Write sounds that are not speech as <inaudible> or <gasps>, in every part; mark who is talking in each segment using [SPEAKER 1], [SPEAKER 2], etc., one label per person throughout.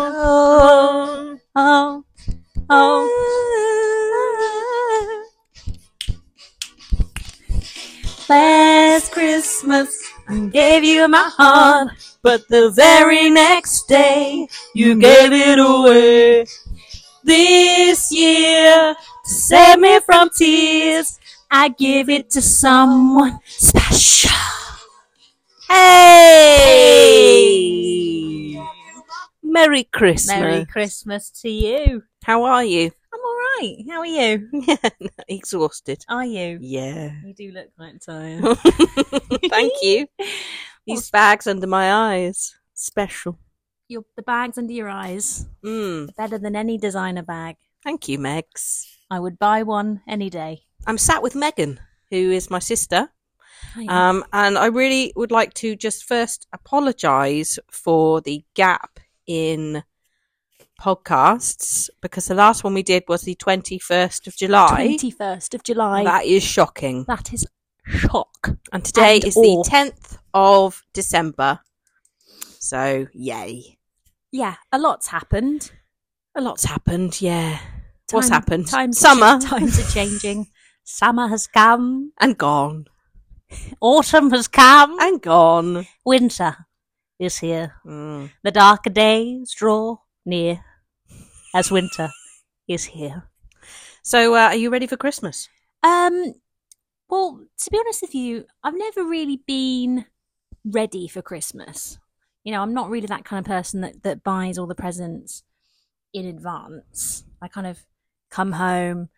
[SPEAKER 1] Oh,
[SPEAKER 2] Oh, oh.
[SPEAKER 1] last Christmas
[SPEAKER 2] I gave you my heart,
[SPEAKER 1] but
[SPEAKER 2] the very next day
[SPEAKER 1] you gave it away. This year,
[SPEAKER 2] to save me from tears. I give it to someone special.
[SPEAKER 1] hey, Merry Christmas.
[SPEAKER 2] Merry Christmas to you.
[SPEAKER 1] How are you?
[SPEAKER 2] I'm all right. How are you?
[SPEAKER 1] Exhausted.
[SPEAKER 2] Are you?
[SPEAKER 1] Yeah.
[SPEAKER 2] You do look quite tired.
[SPEAKER 1] <laughs>
[SPEAKER 2] <laughs>
[SPEAKER 1] Thank you. These bags under my eyes, special.
[SPEAKER 2] Your, the bags under your eyes
[SPEAKER 1] Mm.
[SPEAKER 2] better than any designer bag.
[SPEAKER 1] Thank you, Megs.
[SPEAKER 2] I would buy one any day.
[SPEAKER 1] I'm sat with Megan, who is my sister. Um, and I really would like to just first apologise for the gap in podcasts because the last one we did was the 21st of July.
[SPEAKER 2] Twenty first of July.
[SPEAKER 1] That is shocking.
[SPEAKER 2] that is shock.
[SPEAKER 1] And today
[SPEAKER 2] and
[SPEAKER 1] is
[SPEAKER 2] awe.
[SPEAKER 1] the 10th of December. So, yay.
[SPEAKER 2] Yeah, a lot's happened.
[SPEAKER 1] A lot's happened, yeah. What's
[SPEAKER 2] Time-
[SPEAKER 1] happened?
[SPEAKER 2] Times
[SPEAKER 1] Summer
[SPEAKER 2] times are changing. Summer has come.
[SPEAKER 1] <laughs> and gone
[SPEAKER 2] Autumn has come.
[SPEAKER 1] and gone.
[SPEAKER 2] Winter is here.
[SPEAKER 1] Mm.
[SPEAKER 2] The darker days draw near as winter is here.
[SPEAKER 1] So, uh, are you ready for Christmas?
[SPEAKER 2] Um, well, to be honest with you, I've never really been ready for Christmas. You know, I'm not really that kind of person that, that buys all the presents in advance. I kind of come home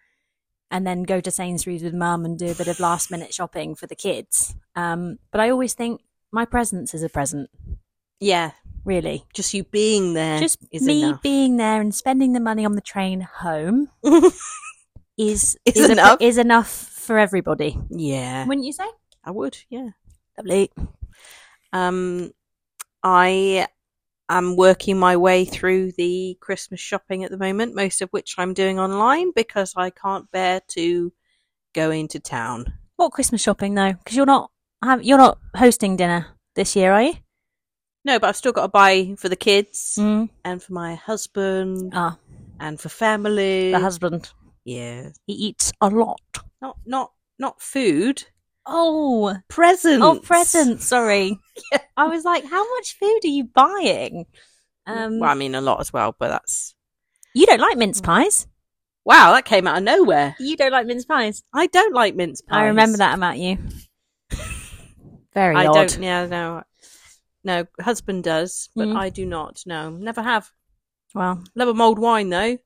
[SPEAKER 2] and then go to Sainsbury's with mum and do a bit of last minute shopping for the kids. Um, but I always think my presence is a present,
[SPEAKER 1] Yeah,
[SPEAKER 2] really.
[SPEAKER 1] just you being there.
[SPEAKER 2] Just
[SPEAKER 1] is
[SPEAKER 2] me
[SPEAKER 1] enough.
[SPEAKER 2] being there and spending the money on the train <laughs> home is
[SPEAKER 1] Is
[SPEAKER 2] is, a-
[SPEAKER 1] enough.
[SPEAKER 2] is enough for everybody.
[SPEAKER 1] yeah,
[SPEAKER 2] Wouldn't you say?
[SPEAKER 1] I would. Yeah.
[SPEAKER 2] Lovely.
[SPEAKER 1] Um, I am working my way through the Christmas shopping at the moment, most of which I'm doing online because I can't bear to go into town.
[SPEAKER 2] What Christmas shopping though? Because you're not have, you're not hosting dinner this year, are you?
[SPEAKER 1] No, but I've still got to buy for the kids
[SPEAKER 2] Mm.
[SPEAKER 1] and for my husband
[SPEAKER 2] Ah,
[SPEAKER 1] and for family.
[SPEAKER 2] the husband
[SPEAKER 1] yeah,
[SPEAKER 2] he eats a lot.
[SPEAKER 1] not not not food.
[SPEAKER 2] Oh,
[SPEAKER 1] Presents.
[SPEAKER 2] oh, presents. Sorry, <laughs> I was like, how much food are you buying? Um,
[SPEAKER 1] well, I mean a lot as well, but that's
[SPEAKER 2] you don't like mince pies.
[SPEAKER 1] wow. That came out of nowhere.
[SPEAKER 2] You don't like mince pies.
[SPEAKER 1] I don't like mince pies.
[SPEAKER 2] I remember that about you. <laughs> Very
[SPEAKER 1] I
[SPEAKER 2] odd.
[SPEAKER 1] don't. Yeah, no, no. Husband does, but
[SPEAKER 2] Mm.
[SPEAKER 1] I do not. No, never have.
[SPEAKER 2] Well,
[SPEAKER 1] Love a mulled wine though.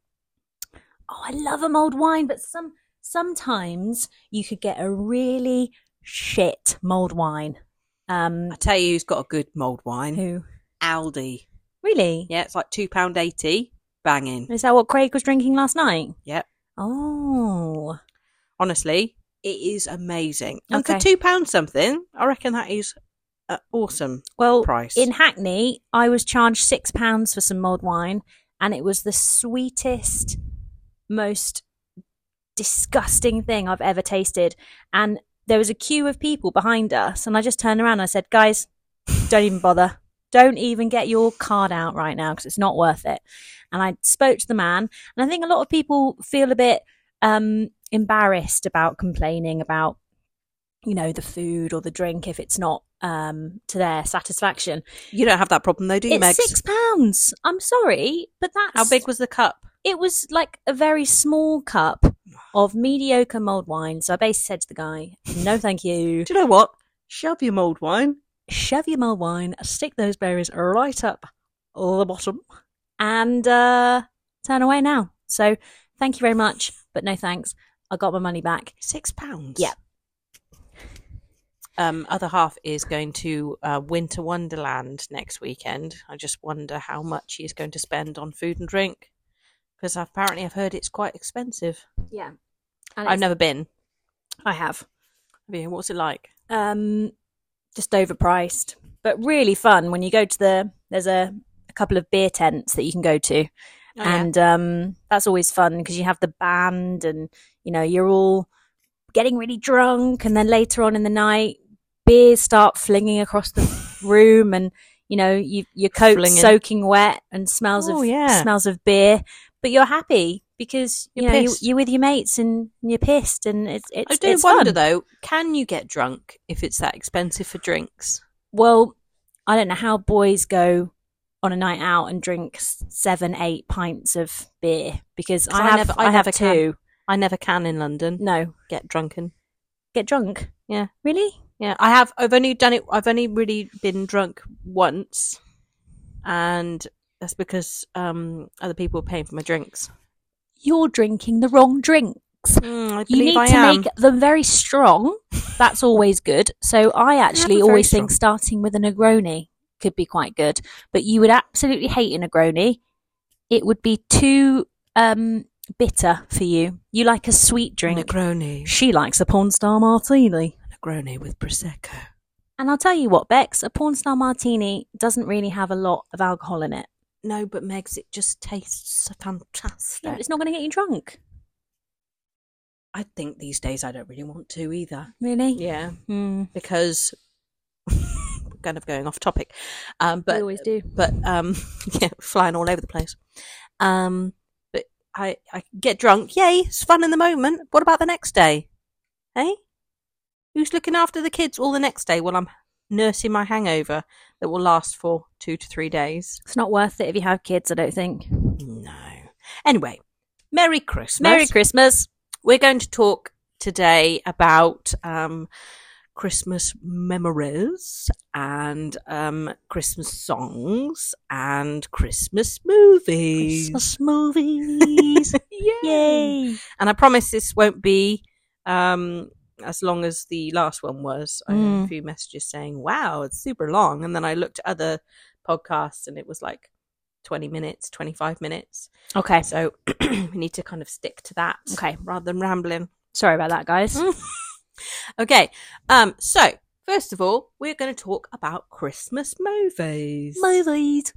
[SPEAKER 2] oh, I love a mulled wine, but some sometimes you could get a really shit mulled wine. Um,
[SPEAKER 1] I tell you, who's got a good mulled wine?
[SPEAKER 2] who
[SPEAKER 1] Aldi.
[SPEAKER 2] really?
[SPEAKER 1] Yeah, it's like two pound eighty. Banging.
[SPEAKER 2] Is that what Craig was drinking last night?
[SPEAKER 1] Yep.
[SPEAKER 2] Oh,
[SPEAKER 1] Honestly, it is amazing. And for
[SPEAKER 2] Okay.
[SPEAKER 1] two pound something, I reckon that is uh, awesome.
[SPEAKER 2] well,
[SPEAKER 1] Price.
[SPEAKER 2] in Hackney, I was charged six pounds for some mulled wine, and it was the sweetest, most disgusting thing I've ever tasted. And there was a queue of people behind us, and I just turned around and I said, "Guys, don't even bother." Don't even get your card out right now because it's not worth it. And I spoke to the man, and I think a lot of people feel a bit um, embarrassed about complaining about you know the food or the drink if it's not um to their satisfaction
[SPEAKER 1] You don't have that problem though, do you,
[SPEAKER 2] it's
[SPEAKER 1] Megs?
[SPEAKER 2] six pounds i'm sorry but that's
[SPEAKER 1] How big was the cup?
[SPEAKER 2] it was like a very small cup of mediocre mulled wine so i basically said to the guy no thank you
[SPEAKER 1] Do you know what? Shove your mulled wine.
[SPEAKER 2] shove your mulled wine stick those berries right up the bottom and uh turn away now so thank you very much but no thanks i got my money back
[SPEAKER 1] Six pounds.
[SPEAKER 2] Yep.
[SPEAKER 1] Um, other half is going to uh, Winter Wonderland next weekend. I just wonder how much he is going to spend on food and drink because apparently I've heard it's quite expensive.
[SPEAKER 2] yeah
[SPEAKER 1] I've never been.
[SPEAKER 2] i have
[SPEAKER 1] Have you? What's it like?
[SPEAKER 2] um, just overpriced, but really fun when you go to the. There's a, a couple of beer tents that you can go to,
[SPEAKER 1] Oh,
[SPEAKER 2] and um, that's always fun because you have the band, and you know you're all getting really drunk, and then later on in the night, beers start flinging across the room, and You know, you, your coat
[SPEAKER 1] Flinging.
[SPEAKER 2] soaking wet and smells
[SPEAKER 1] Oh,
[SPEAKER 2] of
[SPEAKER 1] yeah.
[SPEAKER 2] smells of beer, but you're happy because you
[SPEAKER 1] You're
[SPEAKER 2] know you,
[SPEAKER 1] pissed.
[SPEAKER 2] you're with your mates and you're pissed and it's it's
[SPEAKER 1] I do
[SPEAKER 2] it's fun.
[SPEAKER 1] wonder though, can you get drunk if it's that expensive for drinks?
[SPEAKER 2] Well, I don't know how boys go on a night out and drink s- seven, eight pints of beer because
[SPEAKER 1] 'Cause
[SPEAKER 2] I
[SPEAKER 1] I
[SPEAKER 2] have
[SPEAKER 1] never- I
[SPEAKER 2] I, have
[SPEAKER 1] never can.
[SPEAKER 2] two.
[SPEAKER 1] I never can in London
[SPEAKER 2] No,
[SPEAKER 1] get drunken.
[SPEAKER 2] get drunk.
[SPEAKER 1] Yeah.
[SPEAKER 2] Really?
[SPEAKER 1] Yeah, I have. I've only done it. I've only really been drunk once, and that's because um, other people were paying for my drinks.
[SPEAKER 2] You're drinking the wrong drink.
[SPEAKER 1] Mm, I
[SPEAKER 2] You
[SPEAKER 1] believe
[SPEAKER 2] need
[SPEAKER 1] I
[SPEAKER 2] to
[SPEAKER 1] am.
[SPEAKER 2] make them very strong. That's always good. So I actually
[SPEAKER 1] them very
[SPEAKER 2] always think starting with a Negroni could be quite good. But you would absolutely hate a Negroni. It would be too um, bitter for you. You like a sweet drink.
[SPEAKER 1] Negroni,
[SPEAKER 2] She likes a porn star martini.
[SPEAKER 1] Negroni with prosecco.
[SPEAKER 2] And I'll tell you what, Bex, a porn star martini doesn't really have a lot of alcohol in it.
[SPEAKER 1] No, but Megs, it just tastes fantastic.
[SPEAKER 2] Yeah, but it's not going to get you drunk,
[SPEAKER 1] I think these days I don't really want to either.
[SPEAKER 2] really.
[SPEAKER 1] Yeah,
[SPEAKER 2] Hmm.
[SPEAKER 1] because <laughs> kind of going off topic, um, but
[SPEAKER 2] we always do.
[SPEAKER 1] but um <laughs> yeah flying all over the place um but i i get drunk yay it's fun in the moment what about the next day hey who's looking after the kids all the next day while i'm nursing my hangover that will last for two to three days
[SPEAKER 2] It's not worth it if you have kids, I don't think.
[SPEAKER 1] no anyway merry christmas
[SPEAKER 2] Merry Christmas.
[SPEAKER 1] we're going to talk today about um Christmas memories and um, Christmas songs and Christmas movies.
[SPEAKER 2] Christmas <laughs> movies. Yay.
[SPEAKER 1] And I promise this won't be um, as long as the last one was. I had a
[SPEAKER 2] Mm.
[SPEAKER 1] few messages saying, wow, it's super long. And then I looked at other podcasts and it was like 20 minutes, 25 minutes.
[SPEAKER 2] Okay.
[SPEAKER 1] So <clears throat> we need to kind of stick to that.
[SPEAKER 2] Okay.
[SPEAKER 1] Rather than rambling.
[SPEAKER 2] Sorry about that, guys.
[SPEAKER 1] <laughs> Okay. Um, so first of all, we're going to talk about Christmas movies.
[SPEAKER 2] Movies.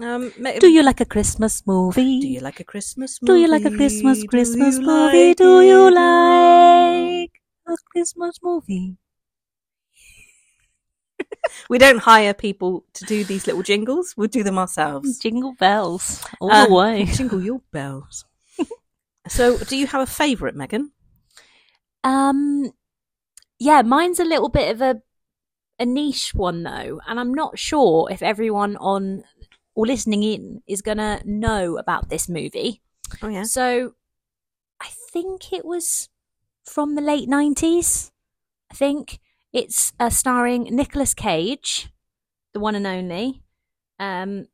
[SPEAKER 1] Um, ma-
[SPEAKER 2] Do you like a Christmas movie?
[SPEAKER 1] Do you like a Christmas movie?
[SPEAKER 2] Do you like a Christmas
[SPEAKER 1] Do
[SPEAKER 2] Christmas
[SPEAKER 1] you
[SPEAKER 2] movie?
[SPEAKER 1] like
[SPEAKER 2] Do you
[SPEAKER 1] it?
[SPEAKER 2] like a Christmas movie?
[SPEAKER 1] We don't hire people to do these little jingles. We'll do
[SPEAKER 2] <laughs>
[SPEAKER 1] them ourselves.
[SPEAKER 2] Jingle bells all
[SPEAKER 1] Uh,
[SPEAKER 2] the way.
[SPEAKER 1] Jingle your bells. so, do you have a favourite, Megan?
[SPEAKER 2] Um, yeah, mine's a little bit of a a niche one though, and I'm not sure if everyone on or listening in is gonna know about this movie.
[SPEAKER 1] Oh yeah.
[SPEAKER 2] So, I think it was from the late '90s. I think it's uh, starring Nicolas Cage, the one and only. Um,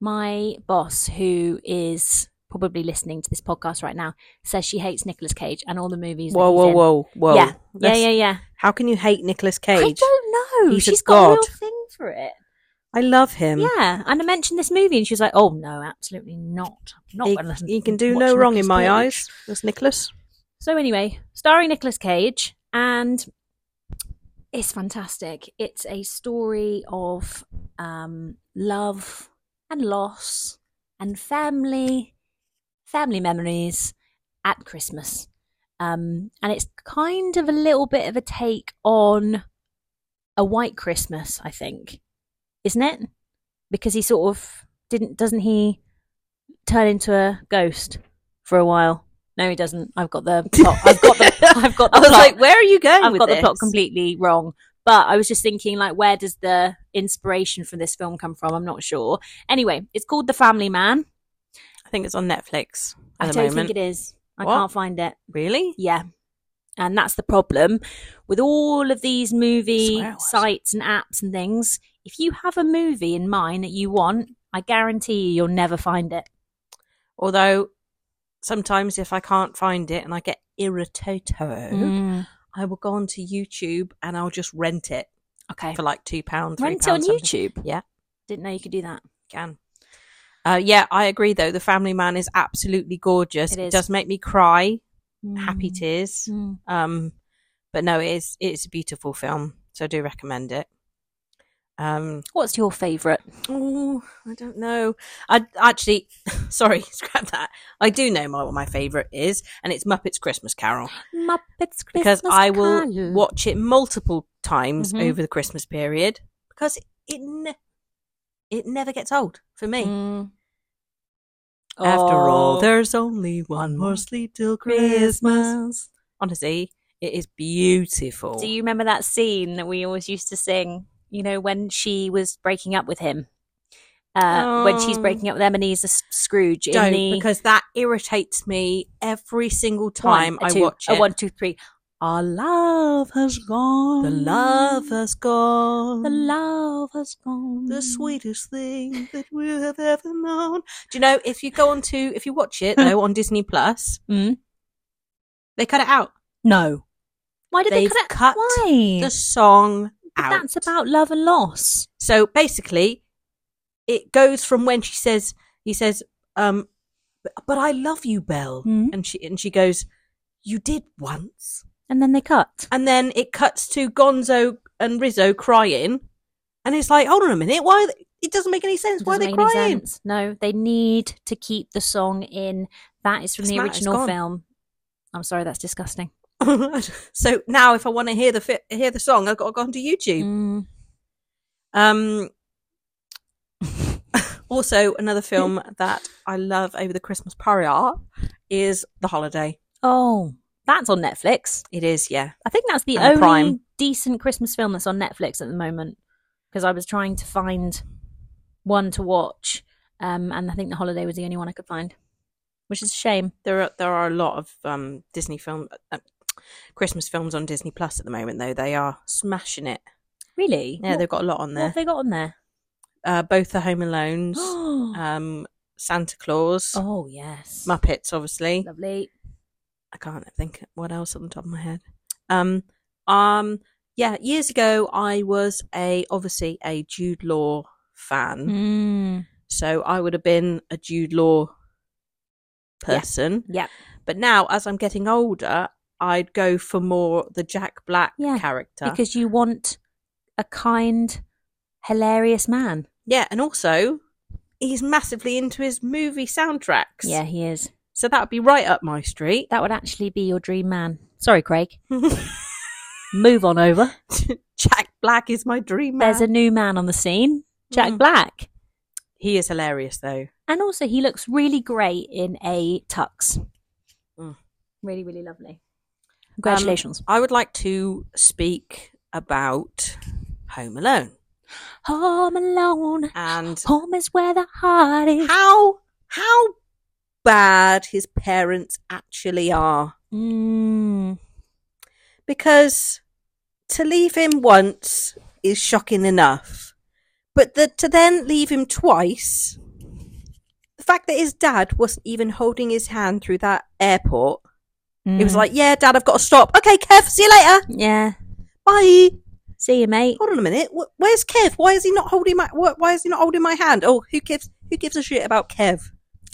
[SPEAKER 2] my boss, who is probably listening to this podcast right now, says she hates Nicolas Cage and all the movies. that
[SPEAKER 1] Whoa,
[SPEAKER 2] he's
[SPEAKER 1] whoa,
[SPEAKER 2] in.
[SPEAKER 1] whoa, whoa!
[SPEAKER 2] Yeah,
[SPEAKER 1] That's-
[SPEAKER 2] yeah, yeah, yeah.
[SPEAKER 1] How can you hate Nicolas
[SPEAKER 2] I
[SPEAKER 1] Cage?
[SPEAKER 2] don't know.
[SPEAKER 1] He's a
[SPEAKER 2] She's got a real
[SPEAKER 1] god. Um,
[SPEAKER 2] thing for it.
[SPEAKER 1] I, love him.
[SPEAKER 2] yeah, and I mentioned this movie, and she was like, "Oh no, absolutely not. I'm not
[SPEAKER 1] he,
[SPEAKER 2] gonna
[SPEAKER 1] he can do
[SPEAKER 2] watch
[SPEAKER 1] no wrong
[SPEAKER 2] Nicolas
[SPEAKER 1] in my
[SPEAKER 2] Cage."
[SPEAKER 1] eyes. That's Nicholas.
[SPEAKER 2] So anyway, starring Nicolas Cage, and it's fantastic. It's a story of um, love and loss and family, family memories at Christmas, um, and it's kind of a little bit of a take on a White Christmas, I think, isn't it? Because he sort of didn't, doesn't he, turn into a ghost for a while? No, he doesn't. I've got the plot. I've got
[SPEAKER 1] <laughs>
[SPEAKER 2] the. I've got the
[SPEAKER 1] I was
[SPEAKER 2] plot.
[SPEAKER 1] like, where are you going
[SPEAKER 2] I've
[SPEAKER 1] with
[SPEAKER 2] got
[SPEAKER 1] this?
[SPEAKER 2] the plot completely wrong. But I was just thinking, like, where does the inspiration for this film come from? I'm not sure. Anyway, it's called The Family Man.
[SPEAKER 1] I think it's on Netflix at
[SPEAKER 2] I
[SPEAKER 1] the
[SPEAKER 2] don't
[SPEAKER 1] moment.
[SPEAKER 2] think it is. I
[SPEAKER 1] What?
[SPEAKER 2] can't find it.
[SPEAKER 1] Really?
[SPEAKER 2] Yeah. And that's the problem with all of these movie
[SPEAKER 1] Swear it was.
[SPEAKER 2] sites and apps and things. If you have a movie in mind that you want, I guarantee you, you'll never find it.
[SPEAKER 1] Although sometimes if I can't find it and I get irritated,
[SPEAKER 2] Mm. Mm-hmm.
[SPEAKER 1] I will go onto YouTube and I'll just rent it
[SPEAKER 2] Okay.
[SPEAKER 1] for like two pounds.
[SPEAKER 2] Rent it on YouTube.
[SPEAKER 1] Yeah.
[SPEAKER 2] Didn't know you could do that.
[SPEAKER 1] Can. Uh, yeah, I agree though. The Family Man is absolutely gorgeous.
[SPEAKER 2] It
[SPEAKER 1] It,
[SPEAKER 2] is.
[SPEAKER 1] does make me cry, happy tears.
[SPEAKER 2] Mm.
[SPEAKER 1] Um, but no, it is it's a beautiful film, so I do recommend it. Um,
[SPEAKER 2] What's your favourite?
[SPEAKER 1] Oh, I don't know. I actually, <laughs> sorry, scrap that. I do know my, what my favourite is, and it's Muppets Christmas Carol
[SPEAKER 2] Muppets Christmas
[SPEAKER 1] because I will
[SPEAKER 2] Carol.
[SPEAKER 1] watch it multiple times
[SPEAKER 2] Mhm.
[SPEAKER 1] over the Christmas period because it ne- it never gets old for me.
[SPEAKER 2] Mm.
[SPEAKER 1] After all,
[SPEAKER 2] Oh.
[SPEAKER 1] there's only one more sleep till Christmas. Honestly, it is beautiful.
[SPEAKER 2] Do you remember that scene that we always used to sing? You know, when she was breaking up with him, uh, when she's
[SPEAKER 1] Oh.
[SPEAKER 2] breaking up with Ebenezer S- Scrooge in
[SPEAKER 1] don't
[SPEAKER 2] the
[SPEAKER 1] because that irritates me every single time
[SPEAKER 2] one, a
[SPEAKER 1] I
[SPEAKER 2] two,
[SPEAKER 1] watch
[SPEAKER 2] a
[SPEAKER 1] it.
[SPEAKER 2] one, two, three. Our love has gone.
[SPEAKER 1] The love has gone.
[SPEAKER 2] The love has gone.
[SPEAKER 1] the sweetest thing that we have ever known. Do you know if you go on to if you watch it though on Disney Plus,
[SPEAKER 2] Mm.
[SPEAKER 1] they cut it out.
[SPEAKER 2] No. Why did they
[SPEAKER 1] They've
[SPEAKER 2] cut it?
[SPEAKER 1] cut
[SPEAKER 2] Why?
[SPEAKER 1] The song
[SPEAKER 2] But
[SPEAKER 1] out.
[SPEAKER 2] That's about love and loss.
[SPEAKER 1] so basically it goes from when she says he says, um but I love you, Belle.
[SPEAKER 2] Mm.
[SPEAKER 1] And she and she goes, You did once.
[SPEAKER 2] And then they cut.
[SPEAKER 1] And then it cuts to Gonzo and Rizzo crying. And it's like, hold on a minute, why are they- it doesn't make any sense. Why are
[SPEAKER 2] Doesn't
[SPEAKER 1] they
[SPEAKER 2] make any
[SPEAKER 1] crying?
[SPEAKER 2] sense. No, they need to keep the song in. That is from
[SPEAKER 1] It's
[SPEAKER 2] the
[SPEAKER 1] not- it's
[SPEAKER 2] original
[SPEAKER 1] gone.
[SPEAKER 2] film. I'm sorry, that's disgusting.
[SPEAKER 1] <laughs> so now if I want to hear the fi- hear the song, I've got to go onto YouTube.
[SPEAKER 2] Mm.
[SPEAKER 1] Um, <laughs> also,
[SPEAKER 2] <laughs>
[SPEAKER 1] another film that I love over the Christmas period is The Holiday.
[SPEAKER 2] Oh, that's on Netflix.
[SPEAKER 1] It is, yeah.
[SPEAKER 2] I think that's the
[SPEAKER 1] And
[SPEAKER 2] only
[SPEAKER 1] Prime.
[SPEAKER 2] decent Christmas film that's on Netflix at the moment. Because I was trying to find one to watch, um, and I think The Holiday was the only one I could find, which is a shame.
[SPEAKER 1] There are there are a lot of um, Disney film uh, Christmas films on Disney Plus at the moment, though they are smashing it.
[SPEAKER 2] Really?
[SPEAKER 1] Yeah,
[SPEAKER 2] What-
[SPEAKER 1] they've got a lot on
[SPEAKER 2] what have
[SPEAKER 1] there. <gasps>
[SPEAKER 2] they got on there?
[SPEAKER 1] Uh, both the Home Alones, um, Santa Claus,
[SPEAKER 2] <gasps> oh yes,
[SPEAKER 1] Muppets, obviously.
[SPEAKER 2] lovely.
[SPEAKER 1] I can't think what else on the top of my head. Um, um, yeah, years ago I was a obviously a Jude Law fan,
[SPEAKER 2] Mm.
[SPEAKER 1] so I would have been a Jude Law
[SPEAKER 2] Yeah.
[SPEAKER 1] person.
[SPEAKER 2] Yeah.
[SPEAKER 1] But now, as I'm getting older, I'd go for more the Jack Black
[SPEAKER 2] Yeah,
[SPEAKER 1] character.
[SPEAKER 2] because you want a kind, hilarious man.
[SPEAKER 1] yeah, and also he's massively into his movie soundtracks.
[SPEAKER 2] Yeah, he is.
[SPEAKER 1] so that would be right up my street.
[SPEAKER 2] That would actually be your dream man. Sorry,
[SPEAKER 1] <laughs>
[SPEAKER 2] Craig. Move on over.
[SPEAKER 1] Jack Black is my dream man.
[SPEAKER 2] There's a new man on the scene, Jack
[SPEAKER 1] Mm.
[SPEAKER 2] Black.
[SPEAKER 1] he is hilarious though.
[SPEAKER 2] And also, he looks really great in a tux.
[SPEAKER 1] Mm. Um,
[SPEAKER 2] Really, really lovely. Congratulations.
[SPEAKER 1] I would like to speak about Home Alone
[SPEAKER 2] home alone.
[SPEAKER 1] and
[SPEAKER 2] Home is where the heart is.
[SPEAKER 1] how how bad his parents actually are.
[SPEAKER 2] Mm.
[SPEAKER 1] Because to leave him once is shocking enough, but the, to then leave him twice, the fact that his dad wasn't even holding his hand through that airport, he was
[SPEAKER 2] Mm.
[SPEAKER 1] like, "Yeah, dad, I've got to stop. Okay, Kev, see you later.
[SPEAKER 2] yeah,
[SPEAKER 1] Bye."
[SPEAKER 2] see you, mate.
[SPEAKER 1] hold on a minute. wh- Where's Kev? Why is he not holding my? wh- Why is he not holding my hand? Oh, who gives? Who gives a shit about Kev?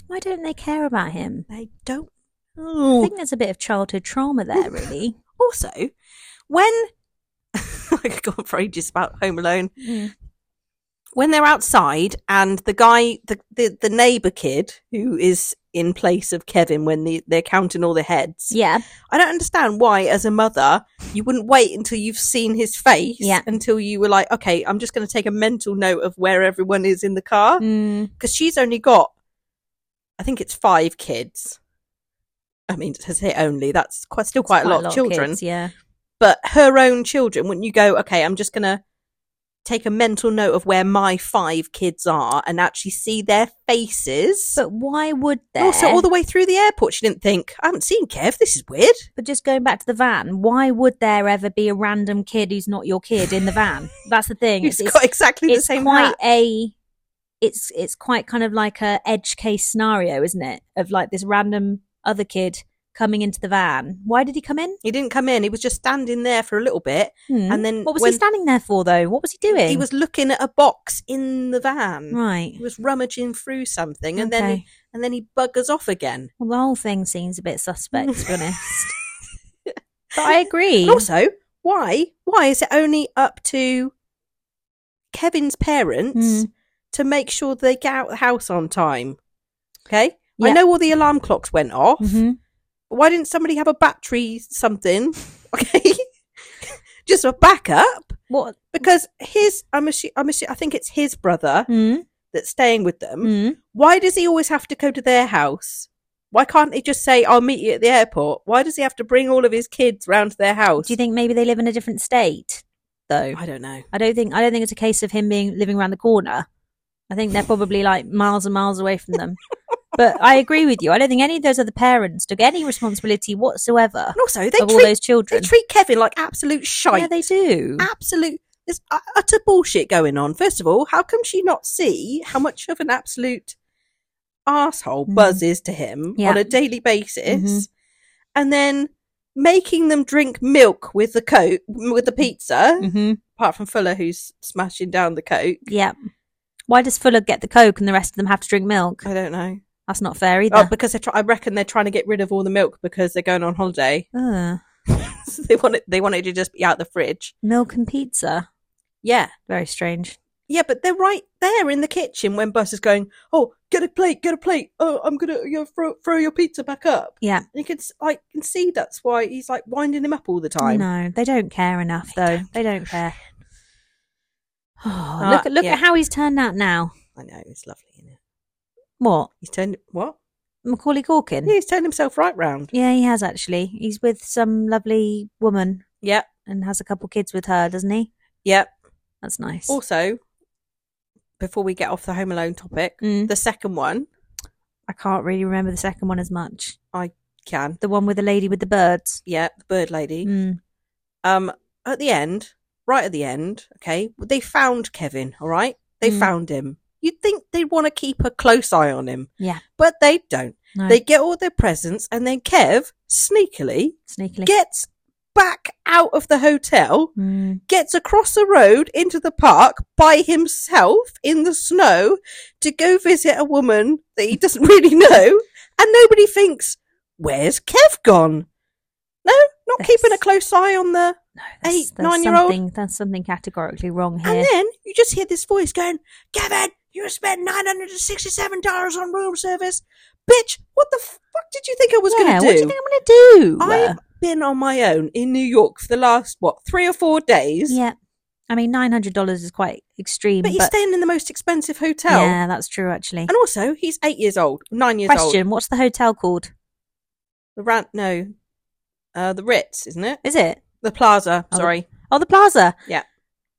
[SPEAKER 2] Why don't they care about him?
[SPEAKER 1] They don't.
[SPEAKER 2] I
[SPEAKER 1] know.
[SPEAKER 2] think there's a bit of childhood trauma there,
[SPEAKER 1] <laughs>
[SPEAKER 2] really.
[SPEAKER 1] Also, when <laughs> I could go on for ages about Home Alone. When they're outside and the guy, the the, the neighbor kid who is in place of Kevin when the, they're counting all the heads.
[SPEAKER 2] Yeah,
[SPEAKER 1] I don't understand why, as a mother, you wouldn't wait until you've seen his face.
[SPEAKER 2] Yeah.
[SPEAKER 1] Until you were like, okay, I'm just going to take a mental note of where everyone is in the car.
[SPEAKER 2] Mm.
[SPEAKER 1] because she's only got, I think it's five kids. I mean, to say only, that's quite still quite, a lot, of children.
[SPEAKER 2] kids, yeah,
[SPEAKER 1] But her own children, wouldn't you go, okay, I'm just going to take a mental note of where my five kids are and actually see their faces?
[SPEAKER 2] but why would
[SPEAKER 1] And
[SPEAKER 2] there?
[SPEAKER 1] Also, all the way through the airport, she didn't think, I haven't seen Kev, this is weird.
[SPEAKER 2] but just going back to the van, why would there ever be a random kid who's not your kid in the van? That's the
[SPEAKER 1] <laughs>
[SPEAKER 2] thing.
[SPEAKER 1] He's got exactly the
[SPEAKER 2] it's
[SPEAKER 1] same
[SPEAKER 2] quite
[SPEAKER 1] hat.
[SPEAKER 2] a it's it's quite kind of like a edge case scenario, isn't it? Of like this random other kid coming into the van. Why did he come in?
[SPEAKER 1] He didn't come in, he was just standing there for a little bit.
[SPEAKER 2] Hmm.
[SPEAKER 1] And then
[SPEAKER 2] what was
[SPEAKER 1] when-
[SPEAKER 2] he standing there for though? What was he doing?
[SPEAKER 1] He was looking at a box in the van.
[SPEAKER 2] right.
[SPEAKER 1] He was rummaging through something and then
[SPEAKER 2] Okay.
[SPEAKER 1] he, and then he buggers off again.
[SPEAKER 2] Well, the whole thing seems a bit suspect, to be honest.
[SPEAKER 1] <laughs>
[SPEAKER 2] but I agree.
[SPEAKER 1] And also, why why is it only up to Kevin's parents
[SPEAKER 2] Mm.
[SPEAKER 1] to make sure they get out of the house on time? Okay. I
[SPEAKER 2] Yeah.
[SPEAKER 1] know all the alarm clocks went off.
[SPEAKER 2] Mhm.
[SPEAKER 1] <laughs> But why didn't somebody have a battery something? Okay. Do just a backup
[SPEAKER 2] What?
[SPEAKER 1] because his I'm assu- I'm assu- I think it's his brother
[SPEAKER 2] Mm,
[SPEAKER 1] that's staying with them.
[SPEAKER 2] mm.
[SPEAKER 1] Why does he always have to go to their house? Why can't he just say I'll meet you at the airport? Why does he have to bring all of his kids round to their house?
[SPEAKER 2] Do you think maybe they live in a different state, though?
[SPEAKER 1] I don't know.
[SPEAKER 2] I don't think I don't think it's a case of him being living around the corner. I think they're probably like miles and miles away from
[SPEAKER 1] <laughs>
[SPEAKER 2] them. but I agree with you. I don't think any of those other parents took any responsibility whatsoever
[SPEAKER 1] And also, they
[SPEAKER 2] of all
[SPEAKER 1] treat
[SPEAKER 2] those children.
[SPEAKER 1] they treat Kevin like absolute shite.
[SPEAKER 2] yeah, they do.
[SPEAKER 1] absolute there's u- utter bullshit going on. First of all, how come she not see how much of an absolute asshole
[SPEAKER 2] Mhm.
[SPEAKER 1] Buzz is to him
[SPEAKER 2] Yeah.
[SPEAKER 1] on a daily basis,
[SPEAKER 2] Mhm.
[SPEAKER 1] and then making them drink milk with the coke with the pizza,
[SPEAKER 2] hmm
[SPEAKER 1] apart from Fuller who's smashing down the coke.
[SPEAKER 2] Yeah. Why does Fuller get the coke and the rest of them have to drink milk?
[SPEAKER 1] I don't know.
[SPEAKER 2] That's not fair
[SPEAKER 1] Oh,
[SPEAKER 2] either.
[SPEAKER 1] because they're try- I reckon they're trying to get rid of all the milk because they're going on holiday. <laughs>
[SPEAKER 2] Ugh.
[SPEAKER 1] So they want it. They want it to just be out the fridge.
[SPEAKER 2] milk and pizza.
[SPEAKER 1] Yeah.
[SPEAKER 2] Very strange.
[SPEAKER 1] Yeah, but they're right there in the kitchen when Buzz is going, "Oh, get a plate, get a plate. Oh, I'm gonna you know, throw throw your pizza back up."
[SPEAKER 2] Yeah.
[SPEAKER 1] And you can s- like you can see that's why he's like winding him up all the time.
[SPEAKER 2] No, they don't care enough though. they don't care. Oh,
[SPEAKER 1] Uh,
[SPEAKER 2] look at look
[SPEAKER 1] yeah.
[SPEAKER 2] at how he's turned out now.
[SPEAKER 1] I know it's lovely, isn't it?
[SPEAKER 2] What?
[SPEAKER 1] He's turned what?
[SPEAKER 2] Macaulay Corkin.
[SPEAKER 1] Yeah, he's turned himself right round.
[SPEAKER 2] Yeah, he has actually. He's with some lovely woman
[SPEAKER 1] Yep,
[SPEAKER 2] and has a couple kids with her, doesn't he?
[SPEAKER 1] yep.
[SPEAKER 2] That's nice.
[SPEAKER 1] Also, before we get off the Home Alone topic,
[SPEAKER 2] Mm.
[SPEAKER 1] the second one
[SPEAKER 2] I can't really remember the second one as much.
[SPEAKER 1] can.
[SPEAKER 2] The one with the lady with the birds.
[SPEAKER 1] Yeah, the bird lady.
[SPEAKER 2] Mm.
[SPEAKER 1] Um, at the end, right at the end, okay, they found Kevin. All right, they
[SPEAKER 2] Mm.
[SPEAKER 1] found him. You'd think they'd want to keep a close eye on him.
[SPEAKER 2] Yeah.
[SPEAKER 1] but they don't.
[SPEAKER 2] No,
[SPEAKER 1] They get all their presents, and then Kev sneakily
[SPEAKER 2] sneakily.
[SPEAKER 1] gets back out of the hotel,
[SPEAKER 2] Mm.
[SPEAKER 1] gets across the road into the park by himself in the snow to go visit a woman that he <laughs> doesn't really know, and nobody thinks, "Where's Kev gone?" No, not
[SPEAKER 2] That's-
[SPEAKER 1] keeping a close eye on the.
[SPEAKER 2] No, that's,
[SPEAKER 1] Eight,
[SPEAKER 2] that's
[SPEAKER 1] nine-year-old.
[SPEAKER 2] something- That's something categorically wrong here.
[SPEAKER 1] And then you just hear this voice going, Kevin, you spent $967 on room service. Bitch, what the fuck did you think I was
[SPEAKER 2] yeah,
[SPEAKER 1] going to
[SPEAKER 2] what do
[SPEAKER 1] do?
[SPEAKER 2] you think I'm going to do?
[SPEAKER 1] I've been on my own in New York for the last, what, three or four days?
[SPEAKER 2] yeah, I mean, nine hundred dollars is quite extreme,
[SPEAKER 1] But
[SPEAKER 2] but,
[SPEAKER 1] he's staying in the most expensive hotel.
[SPEAKER 2] yeah, that's true actually.
[SPEAKER 1] And also, he's eight years old, nine years old.
[SPEAKER 2] Question: What's the hotel called?
[SPEAKER 1] The rant, no. Uh, the Ritz, isn't it?
[SPEAKER 2] Is it?
[SPEAKER 1] The Plaza,
[SPEAKER 2] Oh, the-
[SPEAKER 1] sorry.
[SPEAKER 2] Oh, the Plaza.
[SPEAKER 1] Yeah.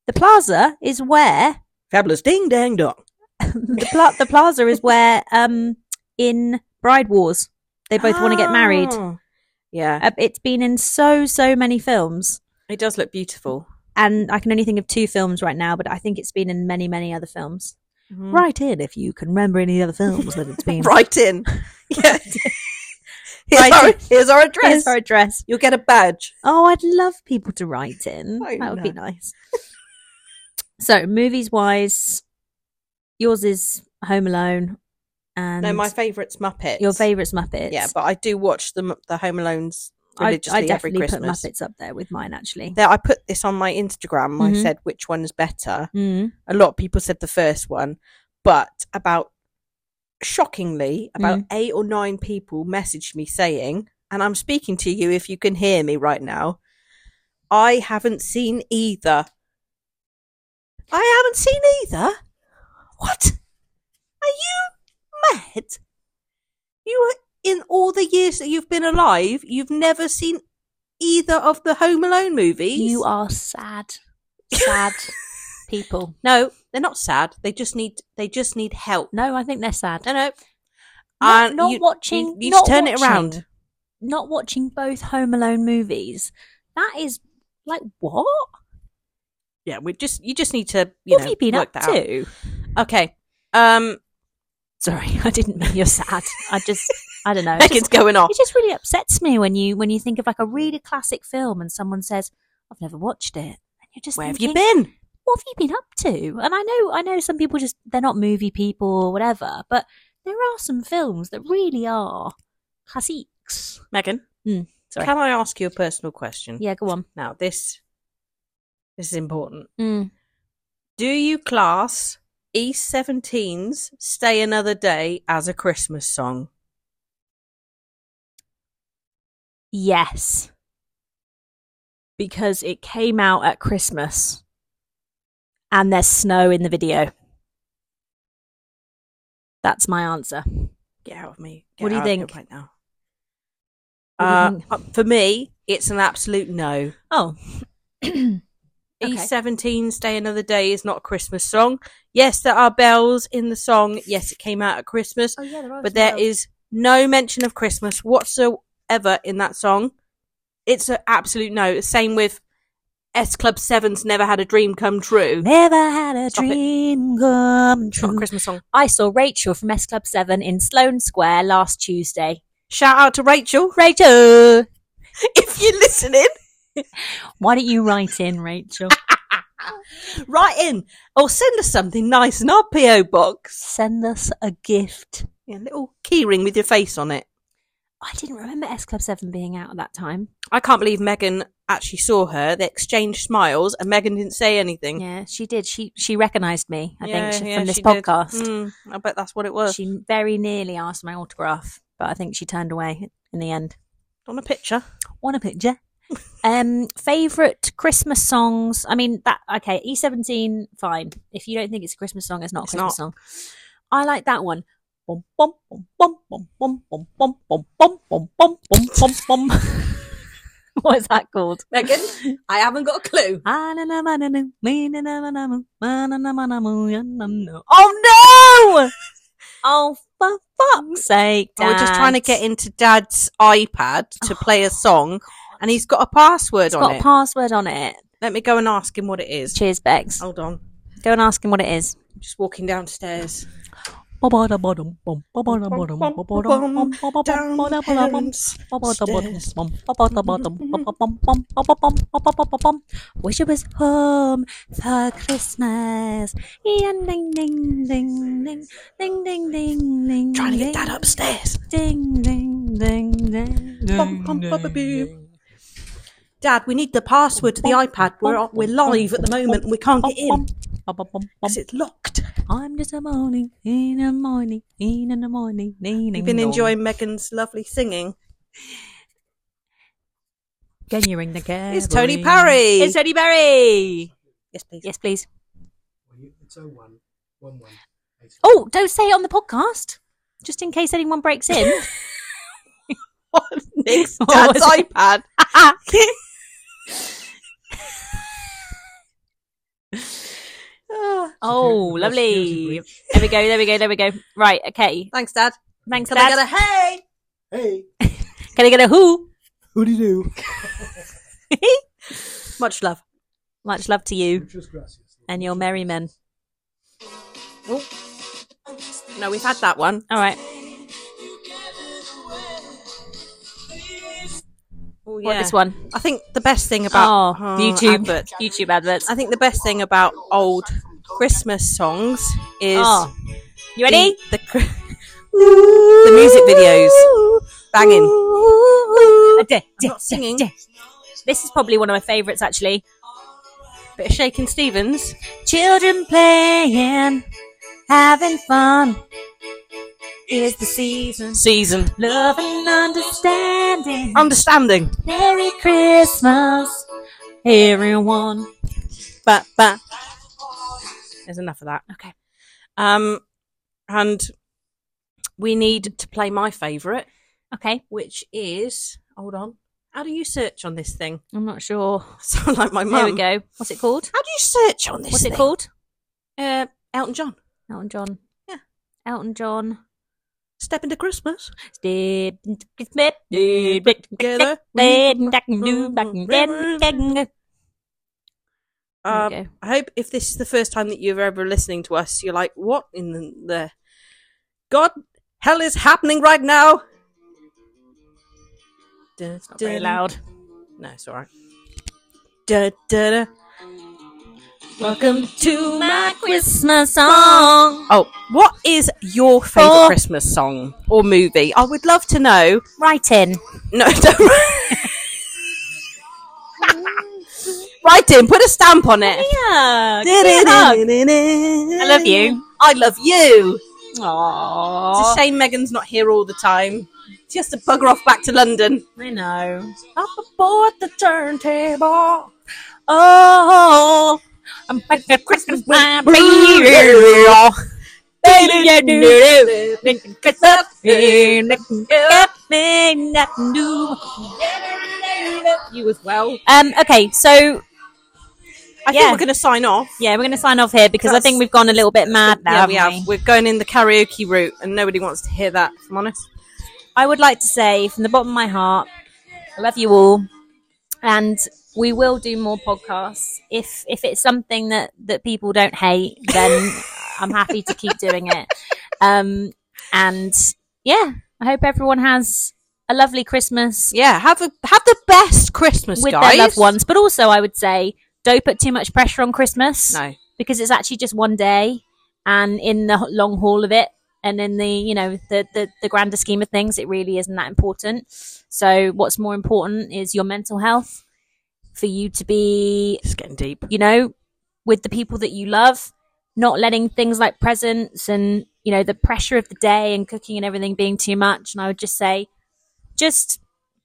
[SPEAKER 2] the Plaza is where
[SPEAKER 1] Fabulous ding dang dong.
[SPEAKER 2] the, pla- the plaza is where um in bride wars they both want to get married
[SPEAKER 1] Ah. Yeah,
[SPEAKER 2] Uh, it's been in so so many films
[SPEAKER 1] it does look beautiful.
[SPEAKER 2] and i can only think of two films right now but i think it's been in many many other films
[SPEAKER 1] Right.
[SPEAKER 2] right in if you can remember any other films that it's been
[SPEAKER 1] Mm. <laughs>
[SPEAKER 2] <laughs>
[SPEAKER 1] Right in. Yeah. <laughs> here's,
[SPEAKER 2] Write
[SPEAKER 1] our,
[SPEAKER 2] in.
[SPEAKER 1] here's our address.
[SPEAKER 2] Here's our address.
[SPEAKER 1] You'll get a badge.
[SPEAKER 2] Oh, I'd love people to write
[SPEAKER 1] <laughs>
[SPEAKER 2] in.
[SPEAKER 1] Oh,
[SPEAKER 2] that would be nice. <laughs> so, movies wise, yours is Home Alone, and
[SPEAKER 1] no, my favourite's Muppets.
[SPEAKER 2] your favourites Muppets.
[SPEAKER 1] Yeah, but I do watch the, the Home Alones religiously every Christmas.
[SPEAKER 2] put Muppets up there with mine actually.
[SPEAKER 1] There, I put this on my Instagram. I
[SPEAKER 2] Mhm.
[SPEAKER 1] said which one's better.
[SPEAKER 2] Mm.
[SPEAKER 1] A lot of people said the first one, but about shockingly,
[SPEAKER 2] Mm.
[SPEAKER 1] about eight or nine people messaged me saying, and I'm speaking to you if you can hear me right now. I haven't seen either. I haven't seen either. What? Are you mad? You were in all the years that you've been alive, you've never seen either of the Home Alone movies.
[SPEAKER 2] You are sad,
[SPEAKER 1] <laughs>
[SPEAKER 2] sad people.
[SPEAKER 1] No, they're not sad. They just need they just need help.
[SPEAKER 2] No, I think they're sad.
[SPEAKER 1] No, no.
[SPEAKER 2] Not,
[SPEAKER 1] And
[SPEAKER 2] not
[SPEAKER 1] Uh, you-
[SPEAKER 2] watching.
[SPEAKER 1] You, you
[SPEAKER 2] not
[SPEAKER 1] turn it
[SPEAKER 2] watching-
[SPEAKER 1] around.
[SPEAKER 2] Not watching both Home Alone movies. That is like what?
[SPEAKER 1] Yeah, we just you just need to you
[SPEAKER 2] what
[SPEAKER 1] know
[SPEAKER 2] have you been
[SPEAKER 1] work
[SPEAKER 2] up
[SPEAKER 1] that out.
[SPEAKER 2] to?
[SPEAKER 1] Okay. Um,
[SPEAKER 2] Sorry, <laughs> I didn't mean you're sad. I just, I
[SPEAKER 1] <laughs>
[SPEAKER 2] don't know. It
[SPEAKER 1] Megan's
[SPEAKER 2] just,
[SPEAKER 1] going off.
[SPEAKER 2] it just really upsets me when you when you think of like a really classic film and someone says, "I've never watched it," and you're just
[SPEAKER 1] Where have
[SPEAKER 2] thinking,
[SPEAKER 1] you been?
[SPEAKER 2] what have you been up to? And I know, I know some people just, they're not movie people or whatever, but there are some films that really are classiques.
[SPEAKER 1] Megan,
[SPEAKER 2] Mm, sorry.
[SPEAKER 1] can I ask you a personal question?
[SPEAKER 2] Yeah, go on.
[SPEAKER 1] Now this this is important.
[SPEAKER 2] Mm.
[SPEAKER 1] Do you class E17's Stay Another Day as a Christmas song?
[SPEAKER 2] Yes. because it came out at Christmas and there's snow in the video. That's my answer.
[SPEAKER 1] Get out of me.
[SPEAKER 2] What
[SPEAKER 1] Get
[SPEAKER 2] do you
[SPEAKER 1] out of here
[SPEAKER 2] think?
[SPEAKER 1] Right now.
[SPEAKER 2] What do you
[SPEAKER 1] Uh,
[SPEAKER 2] think?
[SPEAKER 1] uh, for me, it's an absolute no.
[SPEAKER 2] <clears throat> Oh. Okay.
[SPEAKER 1] E17 E Stay Another Day is not a Christmas song. Yes, there are bells in the song. Yes, it came out at Christmas,
[SPEAKER 2] Oh yeah, there are.
[SPEAKER 1] but there is no mention of Christmas whatsoever in that song. It's an absolute no. The Same with S Club 7's Never Had a Dream Come True.
[SPEAKER 2] never had a
[SPEAKER 1] Stop it.
[SPEAKER 2] dream come
[SPEAKER 1] It's not a
[SPEAKER 2] true.
[SPEAKER 1] Christmas song.
[SPEAKER 2] I saw Rachel from S Club Seven in Sloane Square last Tuesday.
[SPEAKER 1] Shout out to Rachel.
[SPEAKER 2] Rachel,
[SPEAKER 1] <laughs> If you're listening,
[SPEAKER 2] why don't you write in, Rachel?
[SPEAKER 1] write in or send us something nice in our P.O. box.
[SPEAKER 2] Send us a gift.
[SPEAKER 1] Yeah, a little keyring with your face on it.
[SPEAKER 2] I didn't remember S Club Seven being out at that time.
[SPEAKER 1] I can't believe Megan actually saw her. They exchanged smiles and Megan didn't say anything.
[SPEAKER 2] Yeah, she did. She she recognised me. I
[SPEAKER 1] Yeah,
[SPEAKER 2] think she,
[SPEAKER 1] yeah,
[SPEAKER 2] from this
[SPEAKER 1] she did.
[SPEAKER 2] podcast.
[SPEAKER 1] Mm, I bet that's what it was.
[SPEAKER 2] She very nearly asked my autograph, but I think she turned away in the end.
[SPEAKER 1] on a picture.
[SPEAKER 2] Want a picture?
[SPEAKER 1] <laughs>
[SPEAKER 2] um, favorite Christmas songs. I mean that. Okay, E seventeen. Fine. If you don't think it's a Christmas song, it's not a
[SPEAKER 1] It's
[SPEAKER 2] Christmas song.
[SPEAKER 1] not.
[SPEAKER 2] I like that one. Bum, bum, bum, bum, bum, bum, bum, bum, bum, bum, bum, bum, bum, bum, bum. <laughs> What is that called?
[SPEAKER 1] <laughs> Megan, I haven't got a clue.
[SPEAKER 2] Oh no! Oh, for fuck's sake, Dad.
[SPEAKER 1] We're just trying to get into Dad's iPad to play a song, and he's got a password
[SPEAKER 2] It's
[SPEAKER 1] on
[SPEAKER 2] got
[SPEAKER 1] it.
[SPEAKER 2] a password on it.
[SPEAKER 1] Let me go and ask him what it is.
[SPEAKER 2] Cheers, Bex.
[SPEAKER 1] Hold on,
[SPEAKER 2] Go and ask him what it is.
[SPEAKER 1] I'm just walking downstairs. Down parents' stairs.
[SPEAKER 2] Wish I was home for Christmas. Ding ding ding ding ding ding ding ding ding.
[SPEAKER 1] Trying to get Dad upstairs.
[SPEAKER 2] Ding ding ding ding.
[SPEAKER 1] Bum, bum, bum, bum, bum. Dad, we need the password to the iPad. We're on- we're live at the moment. and We can't get in because it's locked.
[SPEAKER 2] I'm just a morning, in a morning, in a morning, in a
[SPEAKER 1] You've been enjoying Megan's lovely singing.
[SPEAKER 2] Can you ring the cavalry?
[SPEAKER 1] It's Tony Parry.
[SPEAKER 2] It's Tony Parry.
[SPEAKER 1] Yes,
[SPEAKER 2] <laughs>
[SPEAKER 1] please.
[SPEAKER 2] Yes, please.
[SPEAKER 3] Well, you- It's 01, 11.
[SPEAKER 2] Oh, don't say it on the podcast, just in case anyone breaks
[SPEAKER 1] <laughs>
[SPEAKER 2] in. <laughs>
[SPEAKER 1] Nick's
[SPEAKER 2] What
[SPEAKER 1] dad's
[SPEAKER 2] was it?
[SPEAKER 1] iPad.
[SPEAKER 2] <laughs>
[SPEAKER 1] <laughs> Ah,
[SPEAKER 2] oh,
[SPEAKER 3] That's music
[SPEAKER 2] lovely.
[SPEAKER 3] rich.
[SPEAKER 2] There we go. There we go. There we go. Right. Okay.
[SPEAKER 1] Thanks, Dad.
[SPEAKER 2] Thanks,
[SPEAKER 1] Can
[SPEAKER 2] Dad.
[SPEAKER 1] I get a hey?
[SPEAKER 3] Hey,
[SPEAKER 2] Can I get a who?
[SPEAKER 3] who do you do?
[SPEAKER 1] Much love.
[SPEAKER 2] Much love to you
[SPEAKER 3] Muchas gracias.
[SPEAKER 2] and your merry men.
[SPEAKER 1] No, we've had that one.
[SPEAKER 2] All right.
[SPEAKER 1] Oh,
[SPEAKER 2] What this one?
[SPEAKER 1] I think the best thing about
[SPEAKER 2] oh, YouTube
[SPEAKER 1] adverts-
[SPEAKER 2] YouTube adverts.
[SPEAKER 1] I think the best thing about old Christmas songs is
[SPEAKER 2] oh. You
[SPEAKER 1] the-
[SPEAKER 2] ready?
[SPEAKER 1] The, cr- <laughs> the music videos banging.
[SPEAKER 2] Uh, da- da-
[SPEAKER 1] not singing.
[SPEAKER 2] da- da. This is probably one of my favourites, actually.
[SPEAKER 1] Bit of Shaking Stevens.
[SPEAKER 2] Children playing, having fun. Is the season.
[SPEAKER 1] Season.
[SPEAKER 2] Love and understanding.
[SPEAKER 1] Understanding.
[SPEAKER 2] Merry Christmas, everyone.
[SPEAKER 1] But but there's enough of that.
[SPEAKER 2] Okay.
[SPEAKER 1] Um, and we need to play my favourite,
[SPEAKER 2] Okay.
[SPEAKER 1] which is hold on. How do you search on this thing? <laughs>
[SPEAKER 2] I'm not sure.
[SPEAKER 1] I sound like my
[SPEAKER 2] There
[SPEAKER 1] mum.
[SPEAKER 2] we go. What's it called?
[SPEAKER 1] How do you search on this?
[SPEAKER 2] What's it
[SPEAKER 1] thing?
[SPEAKER 2] called?
[SPEAKER 1] Uh, Elton John.
[SPEAKER 2] Elton John.
[SPEAKER 1] Yeah.
[SPEAKER 2] Elton John.
[SPEAKER 1] Step into Christmas.
[SPEAKER 2] Together. There we
[SPEAKER 1] Um,
[SPEAKER 2] go.
[SPEAKER 1] I hope if this is the first time that you're ever listening to us, you're like, what in the, the God hell is happening right now? It's not
[SPEAKER 2] Very loud.
[SPEAKER 1] No, it's all right. Da, da, da. Welcome to my
[SPEAKER 2] Christmas song.
[SPEAKER 1] Oh, what is your favourite
[SPEAKER 2] Oh.
[SPEAKER 1] Christmas song or movie? I would love to know.
[SPEAKER 2] Right in.
[SPEAKER 1] No, <laughs> don't. Write in, put a stamp on it.
[SPEAKER 2] Yeah.
[SPEAKER 1] I
[SPEAKER 2] I love you.
[SPEAKER 1] I love you. It's
[SPEAKER 2] Aww.
[SPEAKER 1] a shame Megan's not here all the time. Just to bugger off back to London.
[SPEAKER 2] I know.
[SPEAKER 1] Up aboard the turntable.
[SPEAKER 2] Oh, I'm back at Christmas time.
[SPEAKER 1] You as well.
[SPEAKER 2] Um, okay, so
[SPEAKER 1] I
[SPEAKER 2] Yeah.
[SPEAKER 1] think we're going to sign off.
[SPEAKER 2] yeah, we're going to sign off here because I
[SPEAKER 1] That's-
[SPEAKER 2] think we've gone a little bit mad now.
[SPEAKER 1] yeah, we
[SPEAKER 2] haven't
[SPEAKER 1] have. We're going in the karaoke route, and nobody wants to hear that. If I'm honest.
[SPEAKER 2] I would like to say from the bottom of my heart, I love you all, and we will do more podcasts. If if it's something that that people don't hate, then I'm happy to keep doing it. Um, and yeah, I hope everyone has a lovely Christmas
[SPEAKER 1] Yeah, have a, have the best Christmas,
[SPEAKER 2] with
[SPEAKER 1] guys.
[SPEAKER 2] their loved ones. But also, I would say don't put too much pressure on Christmas
[SPEAKER 1] No,
[SPEAKER 2] because it's actually just one day and in the h- long haul of it and in the you know the, the the grander scheme of things it really isn't that important so what's more important is your mental health for you to be
[SPEAKER 1] it's getting deep.
[SPEAKER 2] you know with the people that you love not letting things like presents and you know the pressure of the day and cooking and everything being too much and i would just say just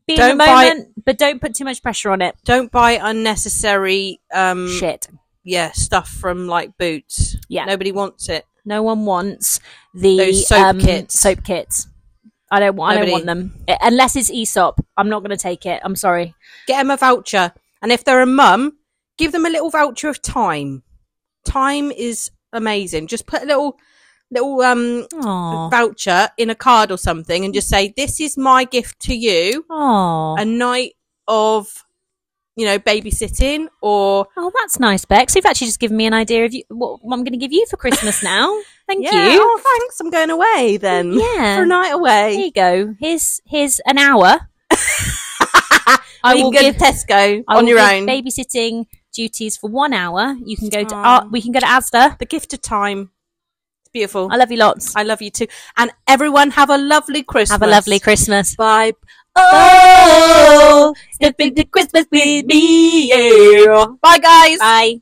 [SPEAKER 2] be in
[SPEAKER 1] Don't
[SPEAKER 2] the
[SPEAKER 1] buy-
[SPEAKER 2] moment but don't put too much pressure on it
[SPEAKER 1] Don't buy unnecessary um
[SPEAKER 2] shit
[SPEAKER 1] yeah stuff from like Boots.
[SPEAKER 2] Yeah.
[SPEAKER 1] nobody wants it.
[SPEAKER 2] No one wants the
[SPEAKER 1] Those soap
[SPEAKER 2] um,
[SPEAKER 1] kits.
[SPEAKER 2] Soap kits. I don't want.
[SPEAKER 1] Nobody-
[SPEAKER 2] I don't want them I- unless it's Aesop. I'm not going to take it. I'm sorry.
[SPEAKER 1] Get them a voucher, and if they're a mum, give them a little voucher of time. Time is amazing. Just put a little little um
[SPEAKER 2] Aww.
[SPEAKER 1] voucher in a card or something, and just say, "This is my gift to you:
[SPEAKER 2] Aww.
[SPEAKER 1] a night of." You know, babysitting or
[SPEAKER 2] Oh, that's nice, Bex. You've actually just given me an idea of you, what, what I'm going to give you for
[SPEAKER 1] <laughs>
[SPEAKER 2] Christmas now. Thank
[SPEAKER 1] Yeah,
[SPEAKER 2] you.
[SPEAKER 1] Oh, thanks. I'm going away then.
[SPEAKER 2] Yeah.
[SPEAKER 1] for a night
[SPEAKER 2] Here
[SPEAKER 1] away.
[SPEAKER 2] you go. Here's here's an
[SPEAKER 1] <laughs>
[SPEAKER 2] hour. I
[SPEAKER 1] We
[SPEAKER 2] will
[SPEAKER 1] can go
[SPEAKER 2] give
[SPEAKER 1] to Tesco
[SPEAKER 2] I
[SPEAKER 1] on
[SPEAKER 2] will
[SPEAKER 1] your
[SPEAKER 2] give
[SPEAKER 1] own.
[SPEAKER 2] babysitting duties for one hour. You can go to
[SPEAKER 1] Aw.
[SPEAKER 2] uh, we can go to Asda.
[SPEAKER 1] The gift of time. It's beautiful.
[SPEAKER 2] I love you lots.
[SPEAKER 1] I love you too. And everyone have a lovely Christmas.
[SPEAKER 2] Have a lovely Christmas.
[SPEAKER 1] Bye.
[SPEAKER 2] Oh, step into Christmas with me.
[SPEAKER 1] Bye guys.
[SPEAKER 2] Bye.